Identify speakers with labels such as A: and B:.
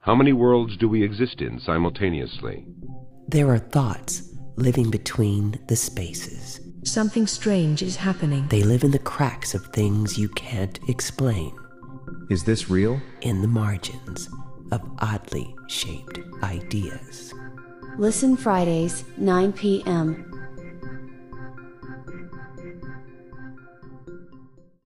A: How many worlds do we exist in simultaneously?
B: There are thoughts living between the spaces.
C: Something strange is happening.
B: They live in the cracks of things you can't explain,
D: Is this real?
B: in the margins of oddly shaped ideas.
E: Listen Fridays, 9 p.m.